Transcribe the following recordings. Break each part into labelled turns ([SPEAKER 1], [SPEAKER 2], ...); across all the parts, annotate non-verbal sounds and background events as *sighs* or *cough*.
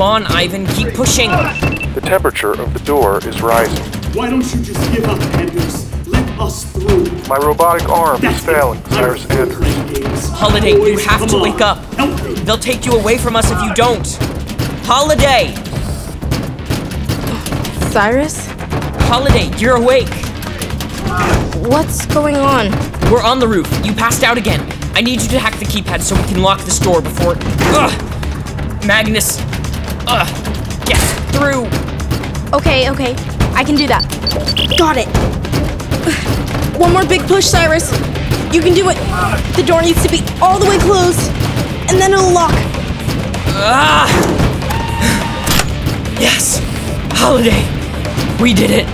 [SPEAKER 1] on, Ivan. Keep pushing.
[SPEAKER 2] The temperature of the door is rising.
[SPEAKER 3] Why don't you just give up, Anders? Let us through.
[SPEAKER 2] My robotic arm
[SPEAKER 3] That's
[SPEAKER 2] is failing,
[SPEAKER 3] it.
[SPEAKER 2] Cyrus
[SPEAKER 3] I'm through
[SPEAKER 2] Andrews.
[SPEAKER 3] playing games.
[SPEAKER 1] Holiday, you
[SPEAKER 3] Boys,
[SPEAKER 1] have
[SPEAKER 3] come
[SPEAKER 1] to
[SPEAKER 3] on.
[SPEAKER 1] wake up.
[SPEAKER 3] Help me.
[SPEAKER 1] They'll take you away from us if you don't. Holiday!
[SPEAKER 4] Cyrus?
[SPEAKER 1] Holiday, you're awake.
[SPEAKER 4] What's going on?
[SPEAKER 1] We're on the roof. You passed out again. I need you to hack the keypad so we can lock this door before. Ugh! Magnus! Ugh! Get through!
[SPEAKER 4] Okay, okay. I can do that. Got it. *sighs* One more big push, Cyrus. You can do it. The door needs to be all the way closed, and then it'll lock.
[SPEAKER 1] Ah! Yes! Holiday! We did it!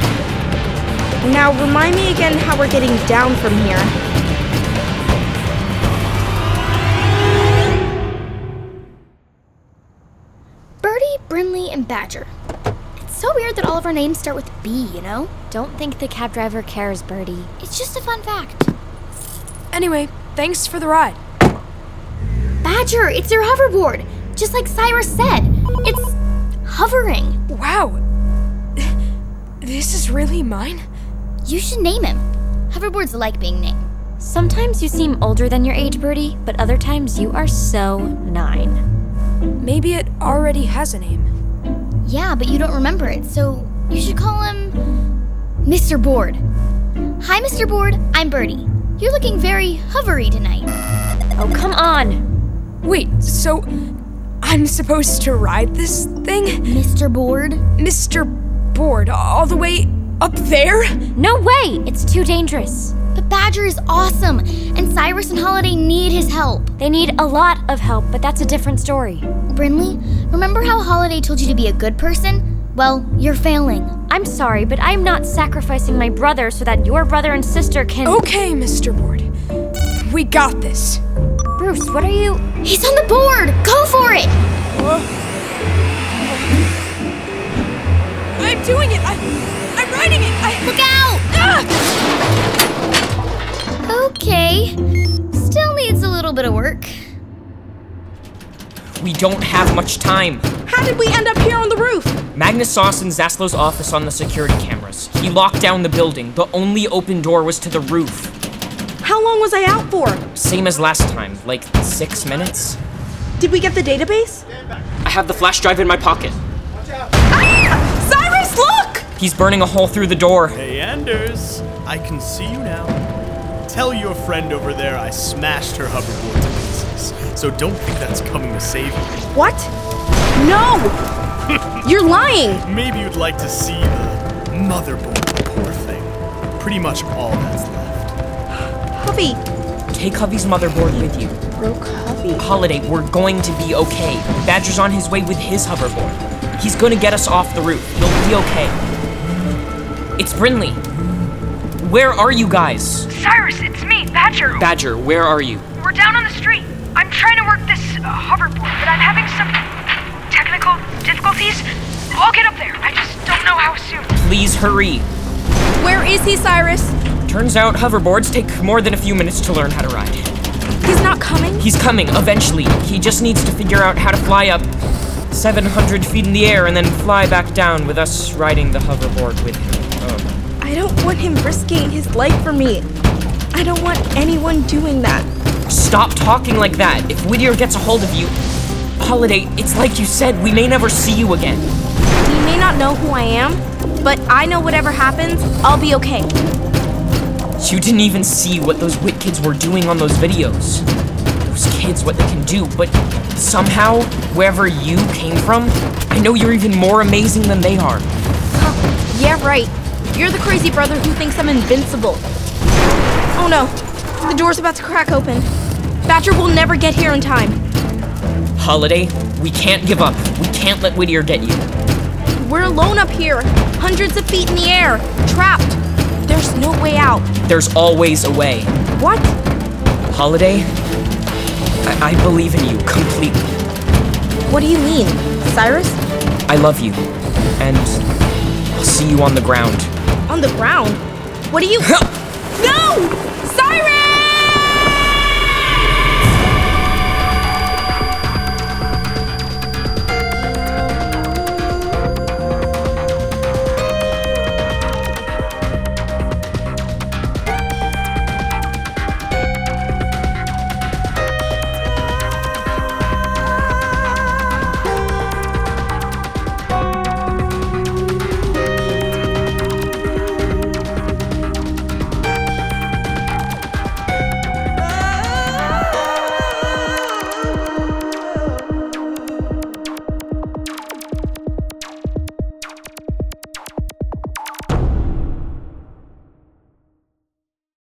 [SPEAKER 4] Now, remind me again how we're getting down from here.
[SPEAKER 5] Birdie, Brinley, and Badger. It's so weird that all of our names start with B, you know?
[SPEAKER 6] Don't think the cab driver cares, Birdie.
[SPEAKER 5] It's just a fun fact.
[SPEAKER 7] Anyway, thanks for the ride.
[SPEAKER 5] Badger, it's your hoverboard! Just like Cyrus said, it's hovering.
[SPEAKER 7] Wow. *sighs* This is really mine?
[SPEAKER 5] You should name him. Hoverboards like being named.
[SPEAKER 6] Sometimes you seem older than your age, Birdie, but other times you are so nine.
[SPEAKER 7] Maybe it already has a name.
[SPEAKER 5] Yeah, but you don't remember it, so you should call him Mr. Board. Hi, Mr. Board, I'm Birdie. You're looking very hovery tonight.
[SPEAKER 6] Oh, come on!
[SPEAKER 7] Wait, so I'm supposed to ride this thing?
[SPEAKER 5] Mr. Board?
[SPEAKER 7] Mr. Board, all the way up there?
[SPEAKER 6] No way! It's too dangerous.
[SPEAKER 5] But Badger is awesome, and Cyrus and Holiday need his help.
[SPEAKER 6] They need a lot of help, but that's a different story.
[SPEAKER 5] Brinley, remember how Holiday told you to be a good person? Well, you're failing.
[SPEAKER 6] I'm sorry, but I'm not sacrificing my brother so that your brother and sister can.
[SPEAKER 5] Oh.
[SPEAKER 7] Okay, Mr. Board. We got this.
[SPEAKER 6] Bruce, what are you.
[SPEAKER 5] He's on the board! Go for it!
[SPEAKER 7] I'm doing it! I, I'm riding it! I,
[SPEAKER 5] Look out!
[SPEAKER 7] ah!
[SPEAKER 5] Okay. Still needs a little bit of work.
[SPEAKER 1] We don't have much time.
[SPEAKER 4] How did we end up here on the roof?
[SPEAKER 1] Magnus saw us in Zaslow's office on the security cameras. He locked down the building. The only open door was to the roof.
[SPEAKER 4] How long was I out for?
[SPEAKER 1] Same as last time, like six minutes?
[SPEAKER 4] Did we get the database?
[SPEAKER 1] I have the flash drive in my pocket.
[SPEAKER 4] Ah! Cyrus, look!
[SPEAKER 1] He's burning a hole through the door.
[SPEAKER 8] Hey, Anders, I can see you now. Tell your friend over there I smashed her hoverboard to pieces. So don't think that's coming to save you.
[SPEAKER 4] What? No! You're lying!
[SPEAKER 8] Maybe you'd like to see the motherboard, poor thing. Pretty much all that's left.
[SPEAKER 4] Huffy.
[SPEAKER 1] Take Hovey's motherboard with you.
[SPEAKER 4] Broke Huffy.
[SPEAKER 1] Holiday, we're going to be okay. Badger's on his way with his hoverboard. He's gonna get us off the roof. You'll be okay. It's Brinley. Where are you guys?
[SPEAKER 9] Cyrus, it's me, Badger.
[SPEAKER 1] Badger, where are you?
[SPEAKER 9] We're down on the street. I'm trying to work this uh, hoverboard, but I'm having some technical difficulties. I'll get up there. I just don't know how soon.
[SPEAKER 1] Please hurry.
[SPEAKER 4] Where is he, Cyrus?
[SPEAKER 1] Turns out hoverboards take more than a few minutes to learn how to ride.
[SPEAKER 7] He's not coming?
[SPEAKER 1] He's coming, eventually. He just needs to figure out how to fly up 700 feet in the air and then fly back down with us riding the hoverboard with him. Oh.
[SPEAKER 4] I don't want him risking his life for me. I don't want anyone doing that.
[SPEAKER 1] Stop talking like that. If Whittier gets a hold of you, Holiday, it's like you said, we may never see you again.
[SPEAKER 4] You may not know who I am, but I know whatever happens, I'll be okay.
[SPEAKER 1] You didn't even see what those Wit kids were doing on those videos. Those kids, what they can do, but somehow, wherever you came from, I know you're even more amazing than they are.
[SPEAKER 4] Yeah, right. You're the crazy brother who thinks I'm invincible. Oh no, the door's about to crack open. Badger will never get here in time.
[SPEAKER 1] Holiday, we can't give up. We can't let Whittier get you.
[SPEAKER 4] We're alone up here, hundreds of feet in the air, trapped. There's no way out.
[SPEAKER 1] There's always a way.
[SPEAKER 4] What?
[SPEAKER 1] Holiday, I, I believe in you completely.
[SPEAKER 4] What do you mean? Cyrus?
[SPEAKER 1] I love you. And I'll see you on the ground.
[SPEAKER 4] On the ground? What do you. no! Cyrus!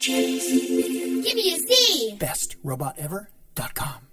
[SPEAKER 5] Give me a Z.
[SPEAKER 10] bestrobot ever.com.